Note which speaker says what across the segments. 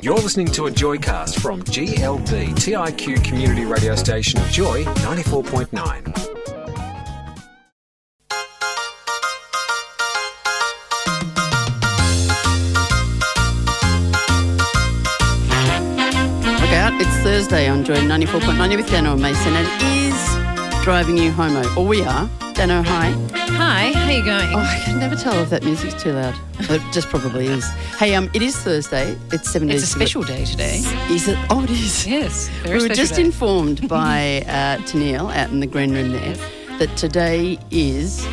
Speaker 1: You're listening to a Joycast from GLD TIQ Community Radio Station Joy 94.9.
Speaker 2: Look out, it's Thursday on Joy 94.9 You're with Dano and Mason, and it is driving you homo, or we are. Dano, hi.
Speaker 3: Hi, how you going?
Speaker 2: Oh, I can never tell if that music's too loud. It just probably is. Hey, um, it is Thursday. It's seven
Speaker 3: it's a special day today.
Speaker 2: Is it? Oh, it is.
Speaker 3: Yes, very
Speaker 2: we were
Speaker 3: special
Speaker 2: just
Speaker 3: day.
Speaker 2: informed by uh, Tennille out in the green room there that today is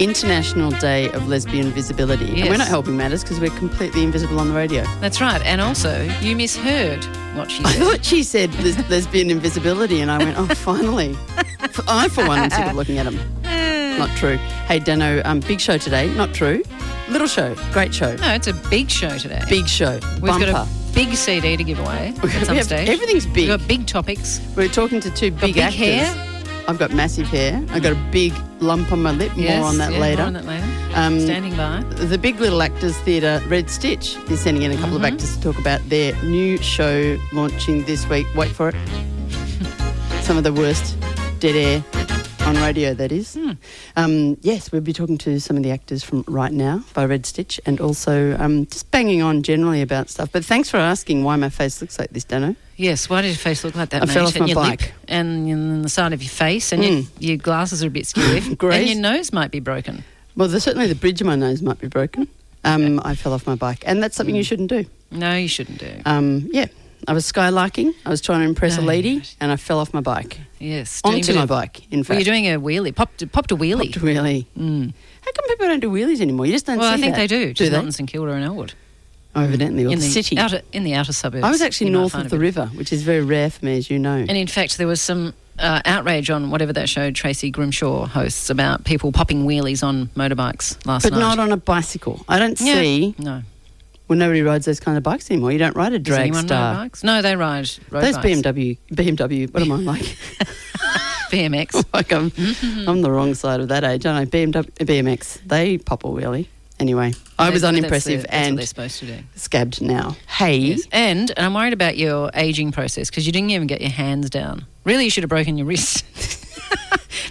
Speaker 2: International Day of Lesbian Visibility. And we're
Speaker 3: Yes.
Speaker 2: not helping matters because we're completely invisible on the radio.
Speaker 3: That's right, and also you misheard what she
Speaker 2: I
Speaker 3: said.
Speaker 2: thought she said les- lesbian invisibility, and I went, oh, finally. F- I, for one, am sick of looking at them. Not true. Hey, Dano, um, big show today. Not true. Little show. Great show.
Speaker 3: No, it's a big show today.
Speaker 2: Big show.
Speaker 3: We've
Speaker 2: Bumper.
Speaker 3: got a big CD to give away at some
Speaker 2: We have-
Speaker 3: stage.
Speaker 2: everything's big.
Speaker 3: We've got big topics.
Speaker 2: We're talking to two big,
Speaker 3: big
Speaker 2: actors.
Speaker 3: hair?
Speaker 2: I've got massive hair. I've got a big lump on my lip.
Speaker 3: Yes,
Speaker 2: more on that
Speaker 3: yeah,
Speaker 2: later.
Speaker 3: More on that later.
Speaker 2: Um,
Speaker 3: Standing by.
Speaker 2: The Big Little Actors Theatre Red Stitch is sending in a couple of actors to talk about their new show launching this week. Wait for it. Some of the worst dead air on radio, that is. Um, yes, we'll be talking to some of the actors from Right Now by Red Stitch and also um, just banging on generally about stuff. But thanks for asking why my face looks like this, Dano.
Speaker 3: Yes, why did your face look like that,
Speaker 2: I
Speaker 3: mate?
Speaker 2: fell off
Speaker 3: and
Speaker 2: my
Speaker 3: your
Speaker 2: bike. Mm.
Speaker 3: lip and in the side of your face and your, your glasses are a bit skewy.
Speaker 2: Great.
Speaker 3: And your nose might be broken.
Speaker 2: Well, the, certainly the bridge of my nose might be broken. Um, I fell off my bike, and that's something you shouldn't do.
Speaker 3: No, you shouldn't do.
Speaker 2: Um, yeah, I was skylarking. I was trying to impress a
Speaker 3: No,
Speaker 2: lady,
Speaker 3: you're not.
Speaker 2: and I fell off my bike.
Speaker 3: yes. doing a
Speaker 2: Onto
Speaker 3: bit
Speaker 2: my
Speaker 3: of-
Speaker 2: bike, in fact.
Speaker 3: Well, you're doing a wheelie. Popped, popped a wheelie. Mm.
Speaker 2: Popped a wheelie. How come people don't do wheelies anymore? You just don't
Speaker 3: well,
Speaker 2: see
Speaker 3: I think
Speaker 2: that,
Speaker 3: they do.
Speaker 2: Do
Speaker 3: Just
Speaker 2: they?
Speaker 3: not in St Kilda and Elwood.
Speaker 2: Oh, evidently, or
Speaker 3: in
Speaker 2: the, city.
Speaker 3: outer, in the outer suburbs.
Speaker 2: I was actually
Speaker 3: you might
Speaker 2: north
Speaker 3: find
Speaker 2: of
Speaker 3: a
Speaker 2: the
Speaker 3: bit-
Speaker 2: river, which is very rare for me, as you know.
Speaker 3: And in fact, there was some uh, outrage on whatever that show Tracy Grimshaw hosts about people popping wheelies on motorbikes last
Speaker 2: but
Speaker 3: night.
Speaker 2: not on a bicycle. I don't
Speaker 3: Yeah.
Speaker 2: see.
Speaker 3: no.
Speaker 2: Well, nobody rides those kind of bikes anymore. You don't ride a
Speaker 3: Does
Speaker 2: drag
Speaker 3: anyone ride
Speaker 2: star.
Speaker 3: bikes? No, they ride road
Speaker 2: Those
Speaker 3: bikes.
Speaker 2: BMW, BMW. What am I like?
Speaker 3: BMX.
Speaker 2: like I'm,
Speaker 3: Mm-hmm.
Speaker 2: I'm the wrong side of that age, aren't I? BMW, BMX. They pop a wheelie. Anyway, I was
Speaker 3: That's- that's
Speaker 2: unimpressive
Speaker 3: the- that's what
Speaker 2: and
Speaker 3: they're supposed to do.
Speaker 2: scabbed now. Hey,
Speaker 3: Yes. And, and I'm worried about your aging process because you didn't even get your hands down. Really, you should have broken your wrist.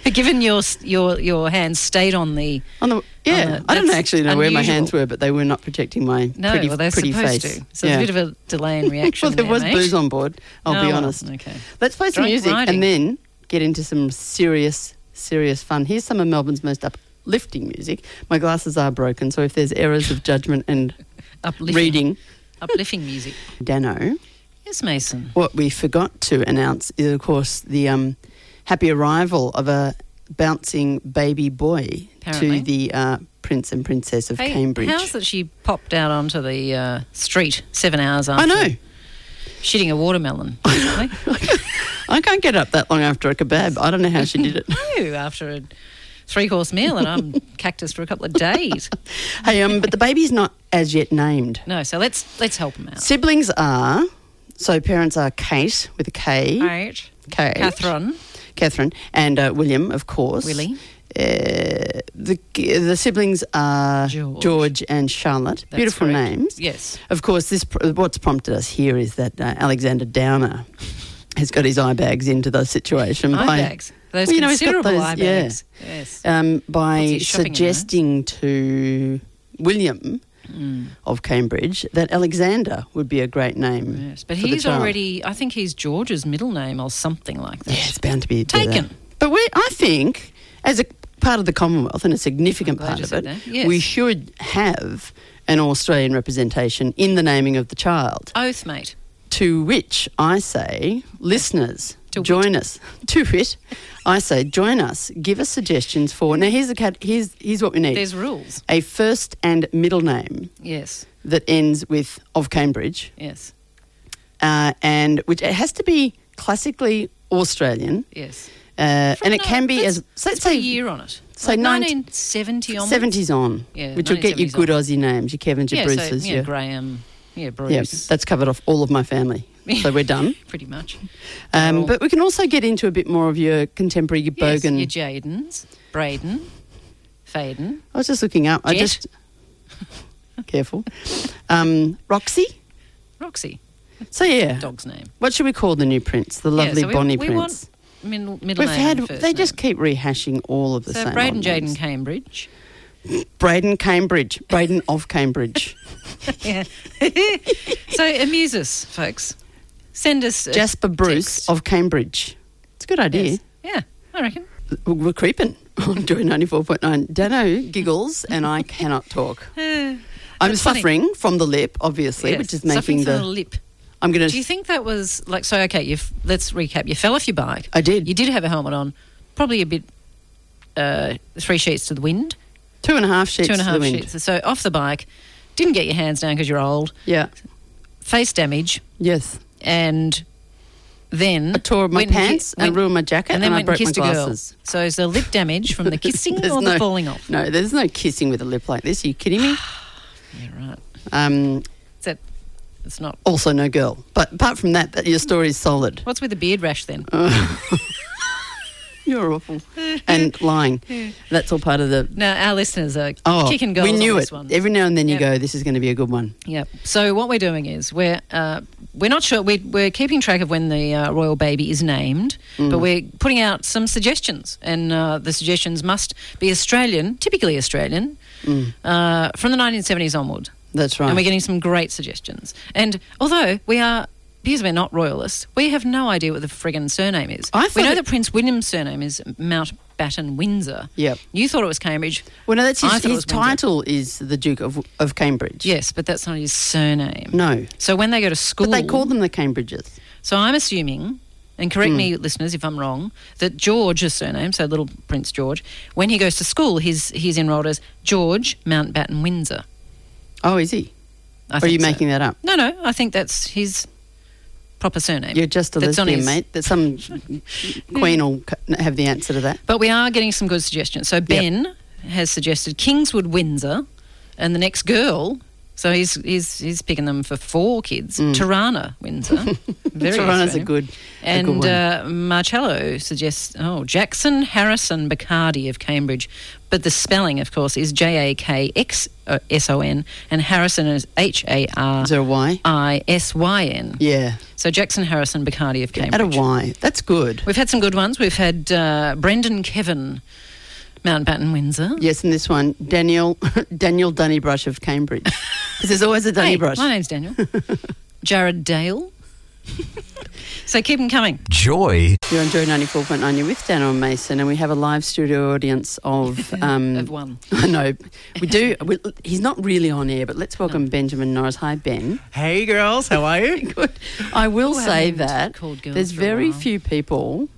Speaker 3: but given your s- your your hands stayed on the
Speaker 2: on the yeah,
Speaker 3: the-
Speaker 2: I don't
Speaker 3: Oh, that's
Speaker 2: actually know where my
Speaker 3: unusual.
Speaker 2: hands were, but they were not protecting my
Speaker 3: no,
Speaker 2: pretty,
Speaker 3: well they're
Speaker 2: pretty
Speaker 3: supposed
Speaker 2: face.
Speaker 3: to. So it's a bit of a delay in reaction. eh?
Speaker 2: well, there, was
Speaker 3: mate.
Speaker 2: booze on board. I'll
Speaker 3: Oh,
Speaker 2: be
Speaker 3: well,
Speaker 2: honest.
Speaker 3: okay.
Speaker 2: Let's play some
Speaker 3: Drunk
Speaker 2: music
Speaker 3: riding.
Speaker 2: and then get into some serious, serious fun. Here's some of Melbourne's most uplifting music. My glasses are broken, so if there's errors of judgment and
Speaker 3: Uplifting.
Speaker 2: reading,
Speaker 3: uplifting music.
Speaker 2: Dano.
Speaker 3: Yes, Mason.
Speaker 2: What we forgot to announce is, of course, the um, happy arrival of a bouncing baby boy
Speaker 3: Apparently.
Speaker 2: to the uh, Prince and Princess of
Speaker 3: Hey,
Speaker 2: Cambridge.
Speaker 3: How's that she popped out onto the uh, street seven hours after
Speaker 2: I know.
Speaker 3: shitting a watermelon? basically?
Speaker 2: I can't get up that long after a kebab. I don't know how she did it.
Speaker 3: no, after a three course meal, and I'm cactus for a couple of days.
Speaker 2: hey, um, but the baby's not as yet named.
Speaker 3: No, so let's let's help him out.
Speaker 2: Siblings are so parents are Kate with a K,
Speaker 3: Right,
Speaker 2: Kate,
Speaker 3: Catherine.
Speaker 2: Catherine, and uh, William, of course.
Speaker 3: Willie.
Speaker 2: Uh, the the siblings are
Speaker 3: George.
Speaker 2: and Charlotte.
Speaker 3: That's
Speaker 2: Beautiful
Speaker 3: correct.
Speaker 2: names.
Speaker 3: Yes.
Speaker 2: Of course, this pr- what's prompted us here is that uh, Alexander Downer has got his eye bags into the situation
Speaker 3: Eye
Speaker 2: by
Speaker 3: bags. Those
Speaker 2: Well, you know, he's got
Speaker 3: considerable
Speaker 2: those-
Speaker 3: eye
Speaker 2: yeah.
Speaker 3: bags. Yes.
Speaker 2: um, by
Speaker 3: he shopping in those?
Speaker 2: suggesting to William
Speaker 3: Hmm.
Speaker 2: of Cambridge that Alexander would be a great name.
Speaker 3: yes. But
Speaker 2: for the
Speaker 3: he's
Speaker 2: child.
Speaker 3: already, I think he's George's middle name or something like that.
Speaker 2: yeah, it's bound to be do that.
Speaker 3: Taken.
Speaker 2: But we, I think, as a part of the Commonwealth and a significant
Speaker 3: I'm
Speaker 2: part
Speaker 3: glad you
Speaker 2: of it,
Speaker 3: said that, yes.
Speaker 2: we should have an Australian representation in the naming of the child.
Speaker 3: Oath, mate.
Speaker 2: To which I say, listeners,
Speaker 3: To
Speaker 2: join us. To it, I say, join us. Give us suggestions for. Now, here's the cat. Here's here's what we need.
Speaker 3: There's rules.
Speaker 2: a first and middle name
Speaker 3: Yes.
Speaker 2: that ends with of Cambridge,
Speaker 3: Yes.
Speaker 2: uh, and which it has to be classically Australian,
Speaker 3: Yes.
Speaker 2: uh,
Speaker 3: From
Speaker 2: and it
Speaker 3: no-
Speaker 2: can be
Speaker 3: let's-
Speaker 2: as so
Speaker 3: let's
Speaker 2: let's
Speaker 3: put a
Speaker 2: say
Speaker 3: year on it.
Speaker 2: say
Speaker 3: like
Speaker 2: 19
Speaker 3: 1970 on
Speaker 2: seventies on,
Speaker 3: Yeah,
Speaker 2: which will get you
Speaker 3: 1970s
Speaker 2: good
Speaker 3: on.
Speaker 2: Aussie names, your Kevins, your
Speaker 3: yeah,
Speaker 2: Bruces,
Speaker 3: so, yeah,
Speaker 2: your
Speaker 3: Graham, yeah,
Speaker 2: yeah,
Speaker 3: Bruce.
Speaker 2: that's covered off all of my family, so we're done.
Speaker 3: pretty much.
Speaker 2: Um,
Speaker 3: Well-
Speaker 2: but we can also get into a bit more of your contemporary your
Speaker 3: Yes,
Speaker 2: Bogan.
Speaker 3: your Jadens, Braden, Faden.
Speaker 2: I was just looking up. I
Speaker 3: Jet.
Speaker 2: just careful. Um, Roxy,
Speaker 3: Roxy,
Speaker 2: So yeah,
Speaker 3: dog's name.
Speaker 2: what should we call the new prince? The lovely
Speaker 3: yeah, so we,
Speaker 2: Bonnie
Speaker 3: we
Speaker 2: Prince.
Speaker 3: Want middle, middle
Speaker 2: We've
Speaker 3: name
Speaker 2: had.
Speaker 3: and first
Speaker 2: They just
Speaker 3: name.
Speaker 2: keep rehashing all of the
Speaker 3: so
Speaker 2: same.
Speaker 3: Braden
Speaker 2: old
Speaker 3: Jaden
Speaker 2: names.
Speaker 3: Cambridge.
Speaker 2: Braden Cambridge. Braden of Cambridge.
Speaker 3: yeah. so amuse us, folks. Send us a
Speaker 2: Jasper Bruce
Speaker 3: text.
Speaker 2: of Cambridge. It's a good idea.
Speaker 3: Yes. Yeah, I reckon.
Speaker 2: We're creeping on doing 94.9. Dano giggles and I cannot talk.
Speaker 3: Uh,
Speaker 2: I'm
Speaker 3: That's funny.
Speaker 2: suffering from the lip, obviously,
Speaker 3: yes,
Speaker 2: which is
Speaker 3: suffering
Speaker 2: making
Speaker 3: from
Speaker 2: the.
Speaker 3: the lip.
Speaker 2: I'm going
Speaker 3: Do you
Speaker 2: to.
Speaker 3: think that was like so? Okay, you have let's recap. You fell off your bike.
Speaker 2: I did.
Speaker 3: You did have a helmet on, probably a bit uh, three sheets to the wind,
Speaker 2: Two and a half sheets
Speaker 3: two and a
Speaker 2: to the
Speaker 3: half
Speaker 2: wind.
Speaker 3: sheets. So off the bike, didn't get your hands down because you're old.
Speaker 2: Yeah.
Speaker 3: Face damage,
Speaker 2: Yes.
Speaker 3: and then
Speaker 2: I tore my
Speaker 3: went and ki-
Speaker 2: pants and
Speaker 3: went-
Speaker 2: ruined my jacket and,
Speaker 3: and then
Speaker 2: I
Speaker 3: went
Speaker 2: broke my
Speaker 3: and kissed a girl.
Speaker 2: glasses.
Speaker 3: So is the lip damage from the kissing
Speaker 2: There's
Speaker 3: or
Speaker 2: no-
Speaker 3: the falling off?
Speaker 2: No, there's no kissing with a lip like this. Are you kidding me?
Speaker 3: Yeah, right.
Speaker 2: Um,
Speaker 3: It's that. It's not.
Speaker 2: also, no girl. But apart from that, that your story is solid.
Speaker 3: What's with the beard rash then?
Speaker 2: Uh, You're awful. and lying. That's all part of the.
Speaker 3: Now our listeners are
Speaker 2: Oh,
Speaker 3: kicking goals
Speaker 2: we knew
Speaker 3: on
Speaker 2: it.
Speaker 3: this one.
Speaker 2: Every now and then you
Speaker 3: Yep.
Speaker 2: go, this is going to be a good one.
Speaker 3: Yeah. So what we're doing is we're uh, we're not sure we're, we're keeping track of when the uh, royal baby is named,
Speaker 2: Mm.
Speaker 3: but we're putting out some suggestions, and uh, the suggestions must be Australian, typically Australian,
Speaker 2: Mm.
Speaker 3: uh, from the 1970s onward.
Speaker 2: That's right.
Speaker 3: And we're getting some great suggestions. And although we are. Because we're not royalists, we have no idea what the friggin' surname is.
Speaker 2: I thought
Speaker 3: we know
Speaker 2: it-
Speaker 3: that Prince William's surname is Mountbatten Windsor.
Speaker 2: Yep.
Speaker 3: You thought it was Cambridge.
Speaker 2: well, no, that's
Speaker 3: I
Speaker 2: his,
Speaker 3: thought it
Speaker 2: his
Speaker 3: was Windsor.
Speaker 2: title is the Duke of, of Cambridge.
Speaker 3: Yes, but that's not his surname.
Speaker 2: No.
Speaker 3: So when they go to school,
Speaker 2: But they call Hmm. them the Cambridges.
Speaker 3: So I'm assuming, and correct me, listeners, if I'm wrong, that George's surname, so little Prince George, when he goes to school, he's he's enrolled as George Mountbatten Windsor.
Speaker 2: Oh, is he?
Speaker 3: I
Speaker 2: or are you
Speaker 3: think so.
Speaker 2: making that up?
Speaker 3: No, no. I think that's his proper surname.
Speaker 2: You're just a
Speaker 3: That's on
Speaker 2: lesbian,
Speaker 3: his-
Speaker 2: mate. That some queen will c- have the answer to that.
Speaker 3: But we are getting some good suggestions. So Ben has suggested Kingswood Windsor, and the next girl. So he's he's he's picking them for four kids. Tirana Windsor. Very
Speaker 2: Toronto's Mm. a
Speaker 3: Australian.
Speaker 2: good, a good
Speaker 3: And
Speaker 2: one.
Speaker 3: uh, Marcello suggests, oh, Jackson Harrison Bacardi of Cambridge. But the spelling, of course, is J A K X uh, S O N, and Harrison is H A R
Speaker 2: is there a Y?
Speaker 3: I S Y N.
Speaker 2: Yeah,
Speaker 3: So Jackson Harrison Bacardi of Cambridge.
Speaker 2: at a Y. That's good.
Speaker 3: We've had some good ones. We've had uh, Brendan Kevin Mountbatten Windsor.
Speaker 2: Yes, and this one, Daniel Daniel Dunnybrush of Cambridge, because there's always a
Speaker 3: Hey,
Speaker 2: Dunnybrush.
Speaker 3: my name's Daniel. Jared Dale. so keep them coming.
Speaker 1: Joy.
Speaker 2: You're on Joy 94.9. You're with Daniel and Mason, and we have a live studio audience of. Um,
Speaker 3: Of one.
Speaker 2: I know we do. We, he's not really on air, but let's welcome Benjamin Norris. Hi, Ben.
Speaker 4: Hey girls, how are you?
Speaker 2: Good. I will
Speaker 3: Oh, I
Speaker 2: say
Speaker 3: haven't
Speaker 2: that
Speaker 3: called girls
Speaker 2: there's
Speaker 3: for a
Speaker 2: very
Speaker 3: while.
Speaker 2: few people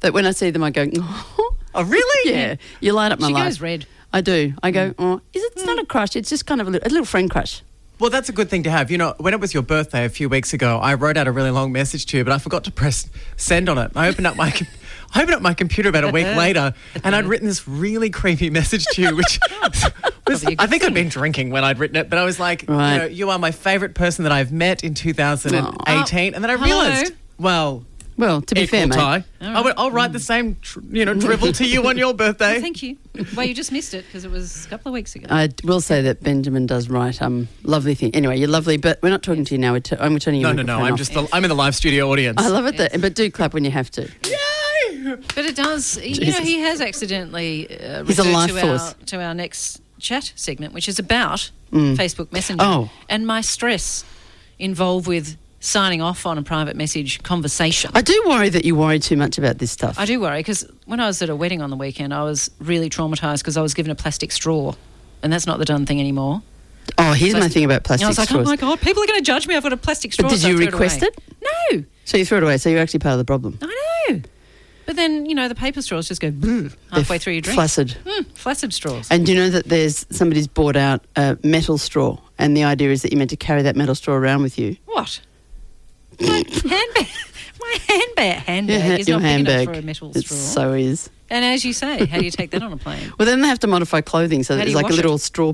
Speaker 2: that when I see them, I go, oh,
Speaker 4: Mm-hmm. Oh, really? Mm.
Speaker 2: yeah, you light up my
Speaker 3: She
Speaker 2: life.
Speaker 3: goes red.
Speaker 2: I do. I go, oh, is it, it's not a crush. It's just kind of a little, a little friend crush.
Speaker 4: Well, that's a good thing to have. You know, when it was your birthday a few weeks ago, I wrote out a really long message to you, but I forgot to press send on it. I opened up my com- I opened up my computer about a week later, and I'd written this really creepy message to you, which was,
Speaker 3: Probably a good
Speaker 4: I think I'd been drinking when I'd written it, but I was like,
Speaker 2: Right.
Speaker 4: you know, you are my favorite person that I've met in 2018, and then I
Speaker 3: Hello.
Speaker 4: realized, well.
Speaker 2: Well, to be
Speaker 4: Equal
Speaker 2: fair, mate.
Speaker 4: tie. I would, I'll write the same, tr- you know, drivel to you on your birthday.
Speaker 3: Thank you. Well, you just missed it because it was a couple of weeks ago.
Speaker 2: I d- will say that Benjamin does write um lovely thing. Anyway, you're lovely, but we're not talking to you now. We're t- I'm turning you.
Speaker 4: No, no, no. I'm just the, I'm in the live studio audience.
Speaker 2: I love it, that, but do clap when you have to.
Speaker 4: Yay!
Speaker 3: But it does. You know,
Speaker 2: Jesus.
Speaker 3: he has accidentally uh,
Speaker 2: He's a
Speaker 3: referred
Speaker 2: life
Speaker 3: to
Speaker 2: force.
Speaker 3: Our, to our next chat segment, which is about Facebook Messenger
Speaker 2: Oh.
Speaker 3: and my stress involved with signing off on a private message conversation.
Speaker 2: I do worry that you worry too much about this stuff.
Speaker 3: I do worry because when I was at a wedding on the weekend, I was really traumatized because I was given a plastic straw, and that's not the done thing anymore.
Speaker 2: oh, here's my
Speaker 3: Plastic-
Speaker 2: thing about
Speaker 3: And
Speaker 2: plastic
Speaker 3: I was like,
Speaker 2: straws.
Speaker 3: oh my god, people are going to judge me. I've got a plastic straw.
Speaker 2: did
Speaker 3: so I
Speaker 2: you
Speaker 3: threw it
Speaker 2: request
Speaker 3: away.
Speaker 2: it?
Speaker 3: No,
Speaker 2: so you threw it away. So you're actually part of the problem.
Speaker 3: I know. But then you know, the paper straws just go bleh,
Speaker 2: They're
Speaker 3: halfway through your drink.
Speaker 2: Flaccid.
Speaker 3: Mm, flaccid straws.
Speaker 2: And do you know that there's somebody's bought out a metal straw, and the idea is that you're meant to carry that metal straw around with you.
Speaker 3: What? My handbag. My handbag. Handbag
Speaker 2: Your ha-
Speaker 3: is
Speaker 2: your
Speaker 3: not
Speaker 2: handbag.
Speaker 3: big enough for a metal
Speaker 2: it
Speaker 3: straw.
Speaker 2: so is.
Speaker 3: and as you say, how do you take that on a plane?
Speaker 2: Well, then they have to modify clothing so
Speaker 3: How
Speaker 2: that there's
Speaker 3: do you
Speaker 2: like a
Speaker 3: wash it?
Speaker 2: little straw.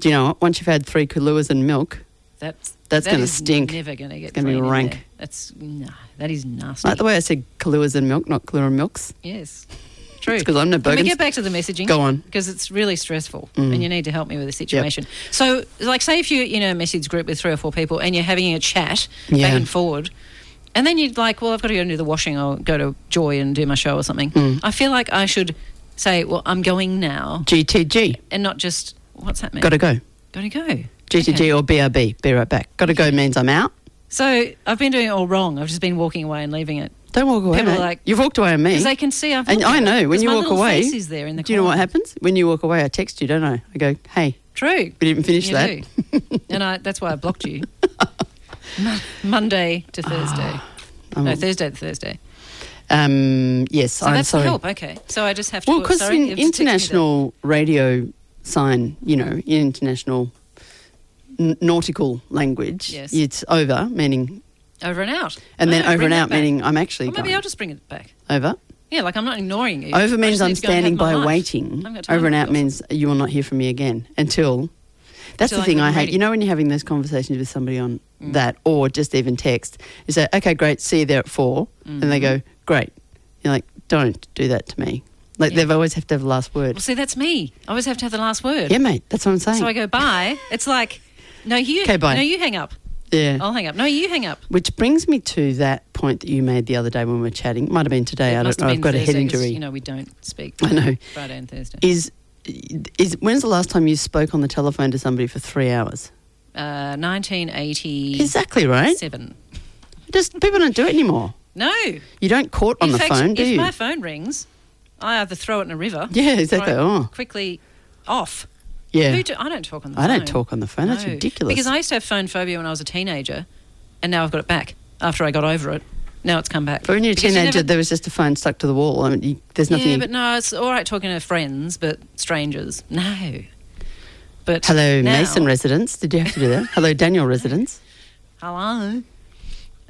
Speaker 2: Do you know what? Once you've had three Kaluas and milk,
Speaker 3: That's
Speaker 2: That's
Speaker 3: that
Speaker 2: gonna
Speaker 3: is
Speaker 2: stink.
Speaker 3: Never going to get.
Speaker 2: gonna be
Speaker 3: clean in
Speaker 2: rank.
Speaker 3: there. That's nah, that is nasty.
Speaker 2: like the way I said Kaluas and milk, not Kahlua and milks.
Speaker 3: yes. true.
Speaker 2: 'cause I'm no
Speaker 3: Can we
Speaker 2: Bogans.
Speaker 3: get back to the messaging?
Speaker 2: Go on. Mm.
Speaker 3: Because it's really stressful and you need to help me with the situation. So, like, say if you're in a message group with three or four people and you're having a chat
Speaker 2: Yeah.
Speaker 3: back and forward, and then you're like, well, I've got to go and do the washing or go to Joy and do my show or something.
Speaker 2: Mm.
Speaker 3: I feel like I should say, well, I'm going now
Speaker 2: GTG.
Speaker 3: and not just, what's that mean?
Speaker 2: Gotta go.
Speaker 3: Gotta go.
Speaker 2: GTG
Speaker 3: Okay.
Speaker 2: or BRB. Be right back. Gotta go means I'm out.
Speaker 3: So I've been doing it all wrong. I've just been walking away and leaving it.
Speaker 2: Don't walk away.
Speaker 3: People are
Speaker 2: mate.
Speaker 3: like-
Speaker 2: You've walked away on me.
Speaker 3: Because they can see I've
Speaker 2: And
Speaker 3: looked
Speaker 2: I
Speaker 3: at it.
Speaker 2: know when
Speaker 3: 'Cause
Speaker 2: you
Speaker 3: my
Speaker 2: walk
Speaker 3: little
Speaker 2: away.
Speaker 3: face is there in the
Speaker 2: do you know
Speaker 3: corner.
Speaker 2: what happens when you walk away? I text you, don't I? I go, hey,
Speaker 3: True.
Speaker 2: we didn't finish
Speaker 3: You
Speaker 2: that.
Speaker 3: do. and I, that's why I blocked you. Mo- Monday to Thursday.
Speaker 2: Ah, I'm-
Speaker 3: no, Thursday to Thursday.
Speaker 2: Um, yes,
Speaker 3: So
Speaker 2: I'm
Speaker 3: that's
Speaker 2: sorry.
Speaker 3: the help. Okay. So I just have to.
Speaker 2: Well,
Speaker 3: put-
Speaker 2: because
Speaker 3: sorry,
Speaker 2: in
Speaker 3: you've just texted me that.
Speaker 2: international radio sign, you know, in international n- nautical language,
Speaker 3: Yes.
Speaker 2: it's over, meaning,
Speaker 3: Over and out.
Speaker 2: and then
Speaker 3: Oh,
Speaker 2: over
Speaker 3: bring
Speaker 2: and
Speaker 3: that
Speaker 2: out,
Speaker 3: back.
Speaker 2: meaning I'm actually
Speaker 3: Well, maybe
Speaker 2: going.
Speaker 3: I'll just bring it back.
Speaker 2: over.
Speaker 3: Yeah, like I'm not ignoring you. I
Speaker 2: Over means
Speaker 3: just need
Speaker 2: I'm
Speaker 3: to go and have
Speaker 2: standing
Speaker 3: my
Speaker 2: by
Speaker 3: lunch.
Speaker 2: waiting.
Speaker 3: I haven't got time
Speaker 2: Over and
Speaker 3: for
Speaker 2: out
Speaker 3: this.
Speaker 2: means you will not hear from me again until. That's
Speaker 3: Until
Speaker 2: the
Speaker 3: I
Speaker 2: thing
Speaker 3: get Mm.
Speaker 2: I hate.
Speaker 3: ready.
Speaker 2: You know, when you're having those conversations with somebody on that or just even text, you say, okay, great, see you there at 4 And they
Speaker 3: Mm-hmm.
Speaker 2: go, great. You're like, don't do that to me. Like,
Speaker 3: Yeah.
Speaker 2: they've always have to have the last word.
Speaker 3: Well, see, that's me. I always have to have the last word.
Speaker 2: Yeah, mate, that's what I'm saying.
Speaker 3: So I go bye. It's like, no, you.
Speaker 2: 'Kay, bye.
Speaker 3: No, you hang up.
Speaker 2: yeah.
Speaker 3: I'll hang up. No, you hang up.
Speaker 2: Which brings me to that point that you made the other day when we were chatting. Might have been today. I don't
Speaker 3: must
Speaker 2: know.
Speaker 3: have
Speaker 2: I've
Speaker 3: been
Speaker 2: got a head
Speaker 3: Thursday 'cause,
Speaker 2: injury.
Speaker 3: You know, we don't speak.
Speaker 2: I know.
Speaker 3: Friday and Thursday.
Speaker 2: Is is when's the last time you spoke on the telephone to somebody for three hours?
Speaker 3: Uh, 1987.
Speaker 2: Exactly right. Just people don't do it anymore.
Speaker 3: No.
Speaker 2: You don't court on
Speaker 3: in
Speaker 2: the
Speaker 3: fact,
Speaker 2: phone, do
Speaker 3: if
Speaker 2: you?
Speaker 3: my phone rings, I either throw it in a river.
Speaker 2: Yeah, exactly.
Speaker 3: or I
Speaker 2: Oh.
Speaker 3: Quickly off.
Speaker 2: yeah,
Speaker 3: Who do, I don't talk on the
Speaker 2: I
Speaker 3: phone.
Speaker 2: don't talk on the phone. That's
Speaker 3: No.
Speaker 2: ridiculous.
Speaker 3: Because I used to have phone phobia when I was a teenager, and now I've got it back after I got over it. Now it's come back.
Speaker 2: but when you're a
Speaker 3: Because
Speaker 2: teenager,
Speaker 3: never-
Speaker 2: there was just a phone stuck to the wall. I mean, you, there's nothing.
Speaker 3: yeah,
Speaker 2: you-
Speaker 3: but no, it's all right talking to friends, but strangers, no. But
Speaker 2: Hello,
Speaker 3: now-
Speaker 2: Mason residents. Did you have to do that? Hello, Daniel residents.
Speaker 3: Hello.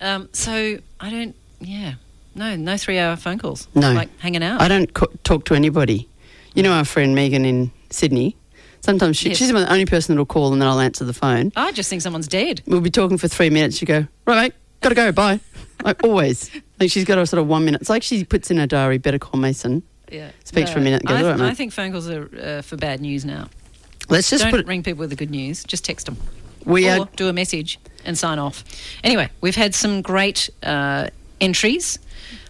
Speaker 3: Um, so I don't. Yeah. No, no three-hour phone calls.
Speaker 2: No.
Speaker 3: Like hanging out.
Speaker 2: I don't co- talk to anybody. You know our friend Megan in Sydney. Sometimes she,
Speaker 3: Yes.
Speaker 2: she's the only person that'll call, and then I'll answer the phone.
Speaker 3: I just think someone's dead.
Speaker 2: We'll be talking for three minutes. You go, right, mate, gotta go, bye. like always, like she's got a sort of one minute. It's like she puts in her diary, better call Mason.
Speaker 3: Yeah.
Speaker 2: Speaks for a minute and goes,
Speaker 3: I,
Speaker 2: "All right, mate."
Speaker 3: I think phone calls are uh, for bad news now.
Speaker 2: Let's just
Speaker 3: Don't
Speaker 2: put it.
Speaker 3: ring people with the good news. Just text them.
Speaker 2: We
Speaker 3: or
Speaker 2: are
Speaker 3: do a message and sign off. Anyway, we've had some great uh, entries.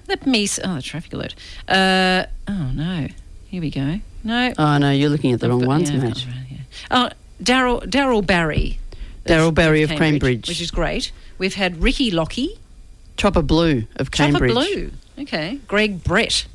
Speaker 3: Let me. s- Oh, traffic alert. Uh, oh no. Here we go. No.
Speaker 2: Oh no, you're looking at the wrong
Speaker 3: I've got-
Speaker 2: ones,
Speaker 3: yeah, I've
Speaker 2: mate.
Speaker 3: got it right, yeah. Oh, Daryl Daryl Barry.
Speaker 2: Daryl Barry of Cambridge.
Speaker 3: which is great. We've had Ricky Lockie,
Speaker 2: Chopper Blue of
Speaker 3: Chopper
Speaker 2: Cambridge.
Speaker 3: Blue. Okay, Greg Brett.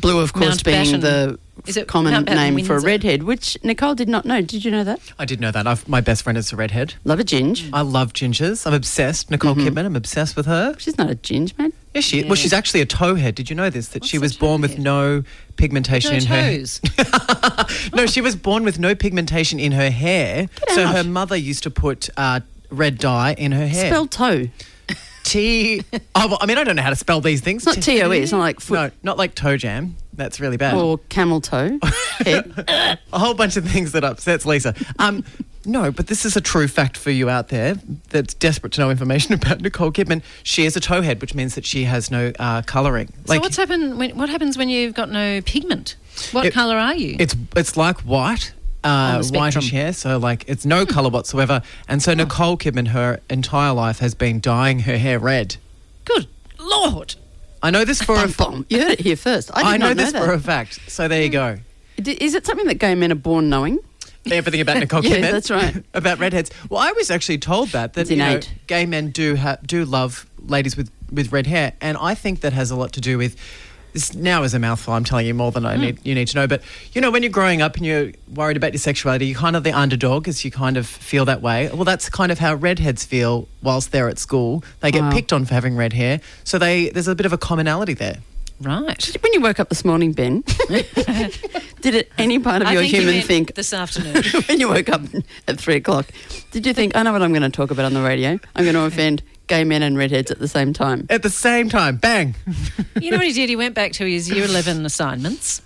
Speaker 2: Blue, of course,
Speaker 3: Mount
Speaker 2: being
Speaker 3: Batten-
Speaker 2: the
Speaker 3: Is it
Speaker 2: common
Speaker 3: Mount Batten
Speaker 2: name for a
Speaker 3: Windsor?
Speaker 2: redhead, which Nicole did not know. Did you know that?
Speaker 4: I did know that. I've, my best friend is a redhead.
Speaker 2: Love a ginge.
Speaker 4: I love gingers. I'm obsessed. Nicole
Speaker 2: Mm-hmm.
Speaker 4: Kidman. I'm obsessed with her.
Speaker 2: She's not a ginge, man.
Speaker 4: Yeah, she. Well, she's actually a towhead. Did you know this? That she
Speaker 3: What's
Speaker 4: was
Speaker 3: a
Speaker 4: born with
Speaker 3: towhead?
Speaker 4: no pigmentation
Speaker 3: No
Speaker 4: in her.
Speaker 3: toes.
Speaker 2: Oh.
Speaker 4: No, she was born with no pigmentation in her hair. so her mother used to put uh, red dye in her hair.
Speaker 2: Spelled toe.
Speaker 4: T. Oh, well, I mean, I don't know how to spell these things.
Speaker 2: It's not T O E. It's not like
Speaker 4: No,
Speaker 2: foot Oh,
Speaker 4: not like toe jam. That's really bad.
Speaker 2: or camel toe. Head.
Speaker 4: A whole bunch of things that upsets Lisa. Um, no, but this is a true fact for you out there that's desperate to know information about Nicole Kidman. She is a towhead, which means that she has no uh, colouring.
Speaker 3: so what's happen when, what happens when you've got no pigment? What
Speaker 4: It-
Speaker 3: colour are you?
Speaker 4: It's it's like white, uh,
Speaker 3: the
Speaker 4: whitish
Speaker 3: spectrum. Hmm.
Speaker 4: hair. So like it's no color whatsoever. And so Nicole Kidman, her entire life has been dyeing her hair red.
Speaker 3: Good lord.
Speaker 4: I know this for a
Speaker 2: Bum,
Speaker 4: f-
Speaker 2: bum. You heard it here first. I, did
Speaker 4: I know
Speaker 2: not know
Speaker 4: this
Speaker 2: that.
Speaker 4: for a fact. So
Speaker 3: Hmm.
Speaker 4: there you go.
Speaker 2: D- Is it something that gay men are born knowing?
Speaker 4: Everything about Nicole
Speaker 2: Yeah,
Speaker 4: Kidman.
Speaker 2: that's right.
Speaker 4: about redheads. Well, I was actually told that that
Speaker 2: It's
Speaker 4: you know,
Speaker 2: innate.
Speaker 4: gay men do ha- do love ladies with with red hair, and I think that has a lot to do with. This now is a mouthful. I'm telling you more than
Speaker 2: Mm.
Speaker 4: I need. You need to know, but you know when you're growing up and you're worried about your sexuality, you're kind of the underdog, as you kind of feel that way. Well, that's kind of how redheads feel whilst they're at school. They get
Speaker 2: Wow.
Speaker 4: picked on for having red hair, so they there's a bit of a commonality there.
Speaker 3: Right.
Speaker 2: When you woke up this morning, Ben, did it any part of your
Speaker 3: you
Speaker 2: human
Speaker 3: meant
Speaker 2: think
Speaker 3: this afternoon.
Speaker 2: when you woke up at three o'clock, did you think, I know what I'm going to talk about on the radio? I'm going to offend gay men and redheads at the same time.
Speaker 4: At the same time, bang.
Speaker 3: you know what he did? He went back to his year 11 assignments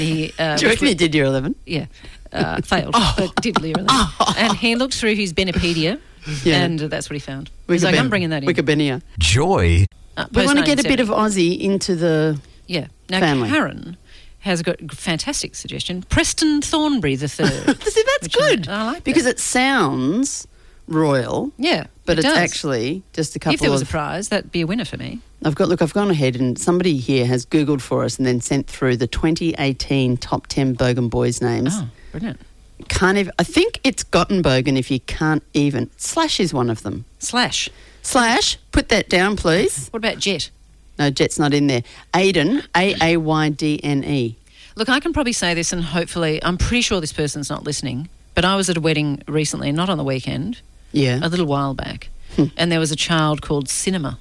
Speaker 3: he. Uh,
Speaker 2: Do you
Speaker 3: which
Speaker 2: reckon he did year 11?
Speaker 3: yeah, uh, failed,
Speaker 2: Oh.
Speaker 3: but did Lear and them. And he looked through his Benepedia,
Speaker 2: Yeah.
Speaker 3: and that's what he found. He's like, I'm bringing that in.
Speaker 2: Wikipedia.
Speaker 1: Joy
Speaker 3: Uh,
Speaker 2: We
Speaker 3: post
Speaker 2: want to get a bit
Speaker 3: 1970.
Speaker 2: of Aussie into the.
Speaker 3: yeah. Now,
Speaker 2: family.
Speaker 3: Karen has got a fantastic suggestion. Preston Thornbury the third.
Speaker 2: See, that's
Speaker 3: Which I-
Speaker 2: good.
Speaker 3: I like that.
Speaker 2: because it sounds royal,
Speaker 3: yeah,
Speaker 2: but
Speaker 3: it
Speaker 2: it's
Speaker 3: does.
Speaker 2: actually just a couple
Speaker 3: if there was a
Speaker 2: of.
Speaker 3: prize, that'd be a winner for me.
Speaker 2: I've got look. I've gone ahead and somebody here has Googled for us and then sent through the 2018 top 10 Bogan boys names.
Speaker 3: Oh, brilliant!
Speaker 2: Can't even. I think it's gotten Bogan if you can't even. Slash is one of them.
Speaker 3: Slash.
Speaker 2: Slash, put that down, please.
Speaker 3: What about Jet?
Speaker 2: No, Jet's not in there. Aiden, A A Y D N E.
Speaker 3: Look, I can probably say this, and hopefully, I'm pretty sure this person's not listening. But I was at a wedding recently, not on the weekend,
Speaker 2: Yeah.
Speaker 3: a little while back,
Speaker 2: Hmm.
Speaker 3: and there was a child called Cinema.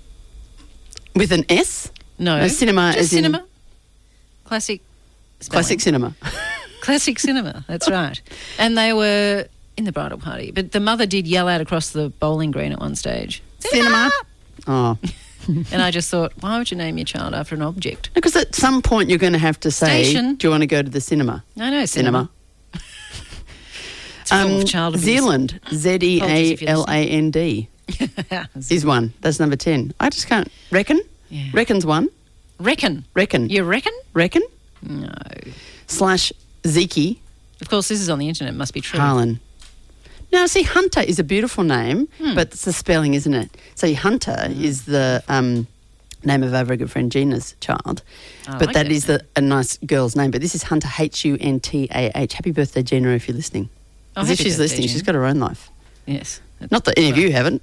Speaker 2: With an S?
Speaker 3: No,
Speaker 2: No, cinema
Speaker 3: just
Speaker 2: as in-
Speaker 3: cinema. Classic. spelling.
Speaker 2: Classic cinema.
Speaker 3: Classic cinema, that's right. And they were in the bridal party, but the mother did yell out across the bowling green at one stage.
Speaker 2: cinema. Oh.
Speaker 3: and I just thought, why would you name your child after an object?
Speaker 2: Because at some point you're going to have to say,
Speaker 3: Station.
Speaker 2: do you want to go to the cinema?
Speaker 3: No, no,
Speaker 2: Cinema.
Speaker 3: cinema. It's full of child abuse.
Speaker 2: Um, Zealand, Z E A
Speaker 3: if you're
Speaker 2: L A N D, is one. That's number 10. I just can't. Reckon?
Speaker 3: Yeah.
Speaker 2: Reckon's one.
Speaker 3: reckon.
Speaker 2: Reckon.
Speaker 3: You reckon?
Speaker 2: Reckon?
Speaker 3: No.
Speaker 2: Slash Zeke
Speaker 3: Of course, this is on the internet. It must be true.
Speaker 2: Harlan. Now, see, Hunter is a beautiful name,
Speaker 3: Hmm.
Speaker 2: but it's the spelling, isn't it? So Hunter is the um, name of our very good friend Gina's child, but
Speaker 3: Oh, I like
Speaker 2: that
Speaker 3: that
Speaker 2: is the, a nice girl's name. But this is Hunter H U N T A H. Happy birthday, Gina, if you're listening.
Speaker 3: Oh,
Speaker 2: As if
Speaker 3: happy
Speaker 2: she's
Speaker 3: birthday,
Speaker 2: listening, she's
Speaker 3: Gina.
Speaker 2: got her own life.
Speaker 3: Yes.
Speaker 2: Not that any of you haven't.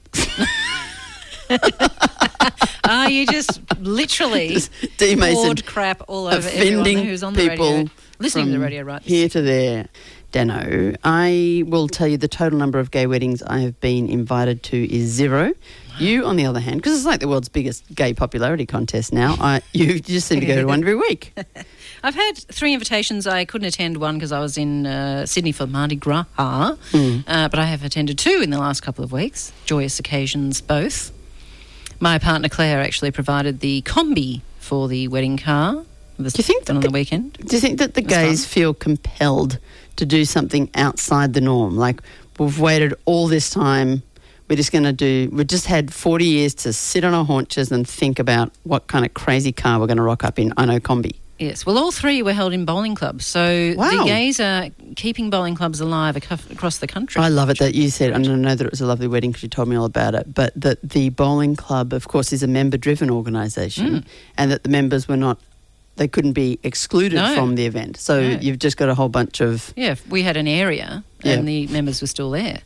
Speaker 3: Ah, you just literally
Speaker 2: Just D Mason
Speaker 3: poured crap all over
Speaker 2: offending
Speaker 3: everyone who's on the
Speaker 2: people
Speaker 3: radio, listening to the
Speaker 2: from
Speaker 3: radio right
Speaker 2: here to there. Dano, I will tell you the total number of gay weddings I have been invited to is zero. You, on the other hand, because it's like the world's biggest gay popularity contest now, I, you just seem to go to one every week.
Speaker 3: I've had three invitations. I couldn't attend one because I was in uh, Sydney for Mardi Gras,
Speaker 2: Hmm.
Speaker 3: uh, but I have attended two in the last couple of weeks. Joyous occasions, both. My partner Claire actually provided the combi for the wedding car. Do
Speaker 2: you think that
Speaker 3: on the
Speaker 2: the-
Speaker 3: weekend?
Speaker 2: Do you think that the
Speaker 3: That's
Speaker 2: gays
Speaker 3: fun.
Speaker 2: feel compelled to do something outside the norm? Like, we've waited all this time. We're just going to do, we've just had 40 years to sit on our haunches and think about what kind of crazy car we're going to rock up in. I know combi.
Speaker 3: Yes. Well, all three were held in bowling clubs. So
Speaker 2: Wow.
Speaker 3: the gays are keeping bowling clubs alive acu- across the country.
Speaker 2: I love it that you said, and I know that it was a lovely wedding because you told me all about it, but that the bowling club, of course, is a member driven organisation
Speaker 3: Mm.
Speaker 2: and that the members were not, they couldn't be excluded
Speaker 3: No.
Speaker 2: from the event. So
Speaker 3: No.
Speaker 2: you've just got a whole bunch of
Speaker 3: yeah, we had an area and the members were still there.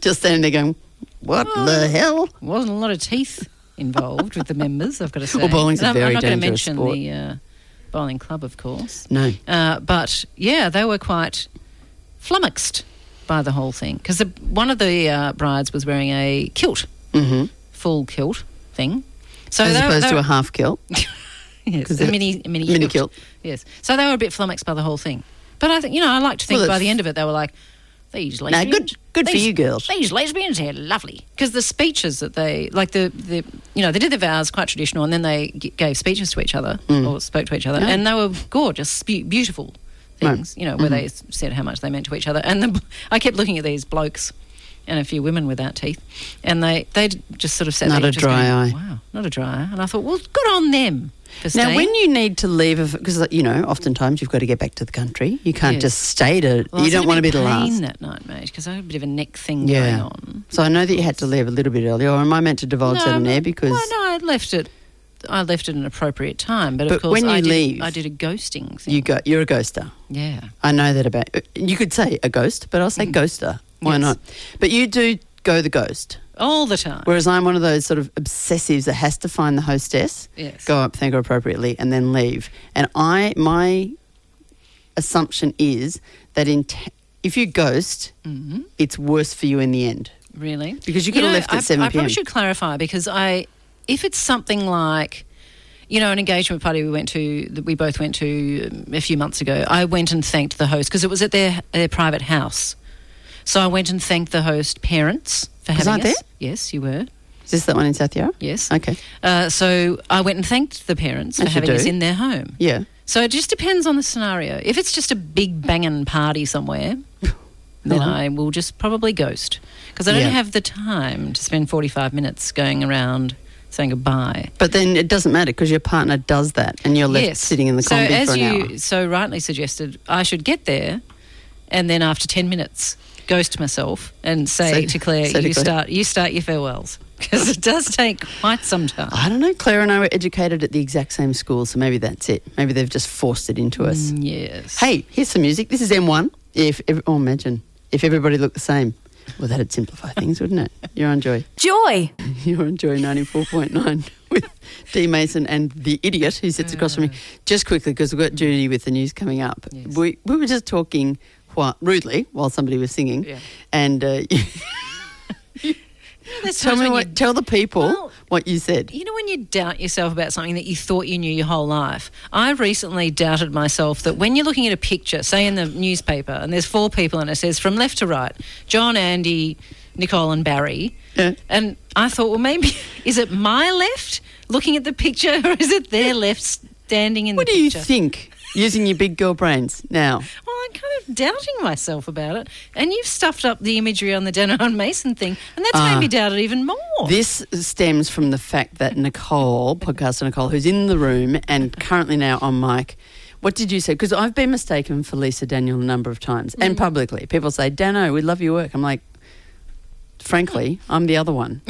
Speaker 2: just standing there going, what
Speaker 3: Oh.
Speaker 2: the hell?
Speaker 3: wasn't a lot of teeth involved with the members, I've got to say.
Speaker 2: Well, bowling's a
Speaker 3: And I'm,
Speaker 2: very
Speaker 3: I'm not going to
Speaker 2: dangerous
Speaker 3: mention
Speaker 2: sport.
Speaker 3: the uh, bowling club, of course.
Speaker 2: No.
Speaker 3: Uh, but yeah, they were quite flummoxed by the whole thing because one of the uh, brides was wearing a kilt,
Speaker 2: hmm
Speaker 3: full kilt thing. So
Speaker 2: As
Speaker 3: they were-
Speaker 2: opposed
Speaker 3: they
Speaker 2: to
Speaker 3: were-
Speaker 2: a half kilt.
Speaker 3: yes,
Speaker 2: 'cause
Speaker 3: a
Speaker 2: it-
Speaker 3: mini, a mini,
Speaker 2: mini kilt.
Speaker 3: kilt. Yes. So they were a bit flummoxed by the whole thing. But I think you know, I like to think
Speaker 2: Well,
Speaker 3: by
Speaker 2: it's-
Speaker 3: the end of it they were like, these
Speaker 2: Now,
Speaker 3: lesbians.
Speaker 2: good, good for
Speaker 3: these-
Speaker 2: you girls.
Speaker 3: these lesbians are lovely because the speeches that they like the, the you know they did the vows quite traditional and then they g- gave speeches to each other or spoke to each other
Speaker 2: Mm. Yeah.
Speaker 3: and they were gorgeous be- beautiful
Speaker 2: Right. Mm-hmm.
Speaker 3: things you know where they s- said how much they meant to each other and the, bl- I kept looking at these blokes and a few women without teeth and they they just sort of sat
Speaker 2: Not
Speaker 3: there
Speaker 2: a
Speaker 3: just
Speaker 2: dry
Speaker 3: going,
Speaker 2: eye.
Speaker 3: wow not a dry eye and I thought well good on them for
Speaker 2: Now,
Speaker 3: staying.
Speaker 2: when you need to leave, because, you know, oftentimes you've got to get back to the country. You can't
Speaker 3: Yes.
Speaker 2: just stay to,
Speaker 3: Well, I
Speaker 2: you
Speaker 3: was in
Speaker 2: don't
Speaker 3: a
Speaker 2: want to be
Speaker 3: bit
Speaker 2: the
Speaker 3: of pain
Speaker 2: last.
Speaker 3: that night, mate, because I had a bit of a neck thing going
Speaker 2: Yeah.
Speaker 3: on.
Speaker 2: So I know that you had to leave a little bit earlier, or am I meant to divulge that on air?
Speaker 3: no,
Speaker 2: Because
Speaker 3: well, no, I left it. I left it an appropriate time, but,
Speaker 2: But
Speaker 3: of course,
Speaker 2: when you
Speaker 3: I, did,
Speaker 2: leave-
Speaker 3: I did a ghosting thing.
Speaker 2: You go. You're a ghoster.
Speaker 3: yeah,
Speaker 2: I know that about. You could say a ghost, but I'll say ghoster. Why
Speaker 3: Mm. Yes.
Speaker 2: not? But you do go the ghost,
Speaker 3: all the time.
Speaker 2: whereas I'm one of those sort of obsessives that has to find the hostess,
Speaker 3: Yes.
Speaker 2: go up, thank her appropriately, and then leave. And I, my assumption is that in t- if you ghost,
Speaker 3: Mm-hmm.
Speaker 2: it's worse for you in the end.
Speaker 3: Really?
Speaker 2: Because you could have
Speaker 3: know,
Speaker 2: left at
Speaker 3: I,
Speaker 2: 7
Speaker 3: I
Speaker 2: p.m..
Speaker 3: probably should clarify because I, if it's something like, you know, an engagement party we went to, that we both went to um, a few months ago, I went and thanked the host because it was at their, their private house. So I went and thanked the host parents for
Speaker 2: Was I
Speaker 3: having us.
Speaker 2: there?
Speaker 3: Yes, you were.
Speaker 2: Is this that one in South Yarra?
Speaker 3: Yes.
Speaker 2: Okay.
Speaker 3: Uh, so I went and thanked the parents for
Speaker 2: As you
Speaker 3: having
Speaker 2: do.
Speaker 3: us in their home.
Speaker 2: Yeah.
Speaker 3: So it just depends on the scenario. If it's just a big banging party somewhere, then
Speaker 2: Uh-huh.
Speaker 3: I will just probably ghost because I don't
Speaker 2: Yeah.
Speaker 3: have the time to spend 45 minutes going around saying goodbye.
Speaker 2: But then it doesn't matter because your partner does that and you're left sitting in the
Speaker 3: so
Speaker 2: combi
Speaker 3: as
Speaker 2: for an
Speaker 3: you
Speaker 2: hour.
Speaker 3: so rightly suggested, I should get there, and then after ten minutes, ghost myself and say
Speaker 2: Say-
Speaker 3: to Claire,
Speaker 2: say to
Speaker 3: you
Speaker 2: Claire."
Speaker 3: start you start your farewells because it does take quite some time.
Speaker 2: I don't know. Claire and I were educated at the exact same school, so maybe that's it. Maybe they've just forced it into
Speaker 3: Mm.
Speaker 2: us.
Speaker 3: Yes.
Speaker 2: Hey, here's some music. This is M1. If ev- oh, imagine if everybody looked the same. Well, that'd simplify things, wouldn't it? You're on Joy.
Speaker 5: Joy.
Speaker 2: You're on Joy 94.9 with Dee Mason and the idiot who sits across from me. Just quickly, because we've got Judy with the news coming up.
Speaker 3: Yes.
Speaker 2: We, we were just talking quite rudely while somebody was singing.
Speaker 3: Yeah.
Speaker 2: And uh,
Speaker 3: That's
Speaker 2: tell,
Speaker 3: times
Speaker 2: me
Speaker 3: when
Speaker 2: what,
Speaker 3: you-
Speaker 2: tell the people
Speaker 3: Well-
Speaker 2: what you said.
Speaker 3: You know when you doubt yourself about something that you thought you knew your whole life? I recently doubted myself that when you're looking at a picture, say in the newspaper, and there's four people and it says from left to right, John, Andy, Nicole and Barry.
Speaker 2: Yeah.
Speaker 3: And I thought, well maybe is it my left looking at the picture or is it their left standing in
Speaker 2: What
Speaker 3: the
Speaker 2: do you
Speaker 3: picture?
Speaker 2: think using your big girl brains now?
Speaker 3: Well, I'm kind of doubting myself about it. And you've stuffed up the imagery on the Dano and Mason thing, and that's made me
Speaker 2: Ah.
Speaker 3: doubt it even more.
Speaker 2: This stems from the fact that Nicole, podcaster Nicole, who's in the room and currently now on mic, what did you say? Because I've been mistaken for Lisa Daniel a number of times
Speaker 3: Mm.
Speaker 2: and publicly. People say, Dano, we love your work. I'm like, frankly, I'm the other one.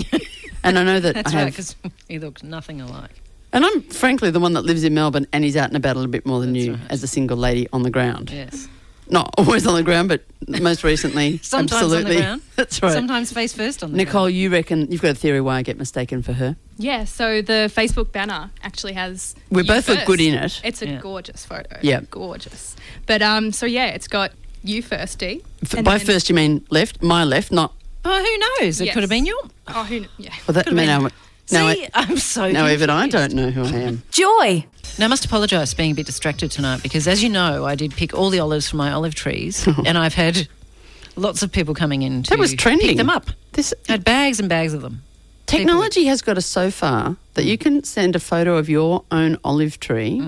Speaker 2: and I know that
Speaker 3: that's
Speaker 2: I
Speaker 3: right,
Speaker 2: have-
Speaker 3: because he looked nothing alike.
Speaker 2: and I'm frankly the one that lives in Melbourne and is out and about a little bit more than
Speaker 3: That's
Speaker 2: you
Speaker 3: right.
Speaker 2: as a single lady on the ground.
Speaker 3: Yes.
Speaker 2: Not always on the ground, but most recently,
Speaker 3: Sometimes on the
Speaker 2: absolutely.
Speaker 3: ground.
Speaker 2: That's right.
Speaker 3: Sometimes face first on the
Speaker 2: Nicole, you reckon you've got a theory why I get mistaken for her?
Speaker 5: Yeah, so the Facebook banner actually has.
Speaker 2: We
Speaker 5: you
Speaker 2: both look
Speaker 5: first.
Speaker 2: good in it.
Speaker 5: It's a
Speaker 3: Yeah.
Speaker 5: gorgeous photo.
Speaker 2: Yeah.
Speaker 5: Gorgeous. But um, so yeah, it's got you first, D.
Speaker 2: F- by first, you mean left, my left, not.
Speaker 3: Well, Oh, who knows? It
Speaker 5: Yes.
Speaker 3: could have been your.
Speaker 5: Oh, who? kn- Yeah.
Speaker 2: Well, that
Speaker 3: Could've
Speaker 2: mean
Speaker 3: been-
Speaker 2: I, now,
Speaker 3: See,
Speaker 2: I,
Speaker 3: I'm so.
Speaker 2: now even I don't
Speaker 3: confused.
Speaker 2: know who I am.
Speaker 5: Joy.
Speaker 3: Now, I must apologise for being a bit distracted tonight because, as you know, I did pick all the olives from my olive trees, and I've had lots of people coming in to
Speaker 2: That was trending.
Speaker 3: pick them up.
Speaker 2: This
Speaker 3: I had bags and bags of them.
Speaker 2: technology has got us so far that you can send a photo of your own olive tree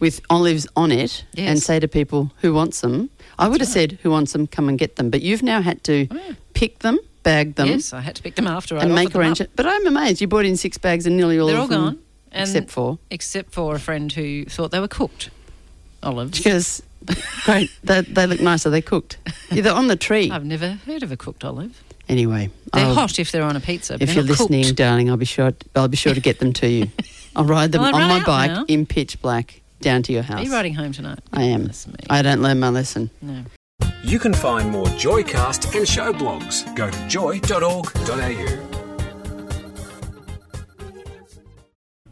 Speaker 2: with olives on it and
Speaker 3: Mm. Yes.
Speaker 2: say to people who wants them. I would have said who wants them, come and get them. But you've now had to pick them, bag them,
Speaker 3: Oh, Yes, I had to pick them after I
Speaker 2: and
Speaker 3: offered
Speaker 2: make
Speaker 3: them up.
Speaker 2: arrangements. But I'm amazed you bought in six bags and nearly all
Speaker 3: They're
Speaker 2: of
Speaker 3: all
Speaker 2: them,
Speaker 3: gone, and-
Speaker 2: except for
Speaker 3: Except for a friend who thought they were cooked olives.
Speaker 2: because great, they, they look nicer. They cooked. Yeah, They're on the tree
Speaker 3: I've never heard of a cooked olive.
Speaker 2: anyway.
Speaker 3: They're
Speaker 2: I'll-
Speaker 3: hot if they're on a pizza. But
Speaker 2: Oh. If
Speaker 3: they're
Speaker 2: you're
Speaker 3: not cooked.
Speaker 2: listening, darling, I'll be sure. I'll be sure to get them to you. I'll ride them
Speaker 3: Well, I
Speaker 2: on
Speaker 3: run
Speaker 2: my
Speaker 3: out
Speaker 2: bike
Speaker 3: now.
Speaker 2: in pitch black down to your house.
Speaker 3: are you riding home tonight?
Speaker 2: I am.
Speaker 3: Goodness me.
Speaker 2: I don't learn my lesson.
Speaker 3: no.
Speaker 1: You can find more Joycast and show blogs. Go to joy.org.au.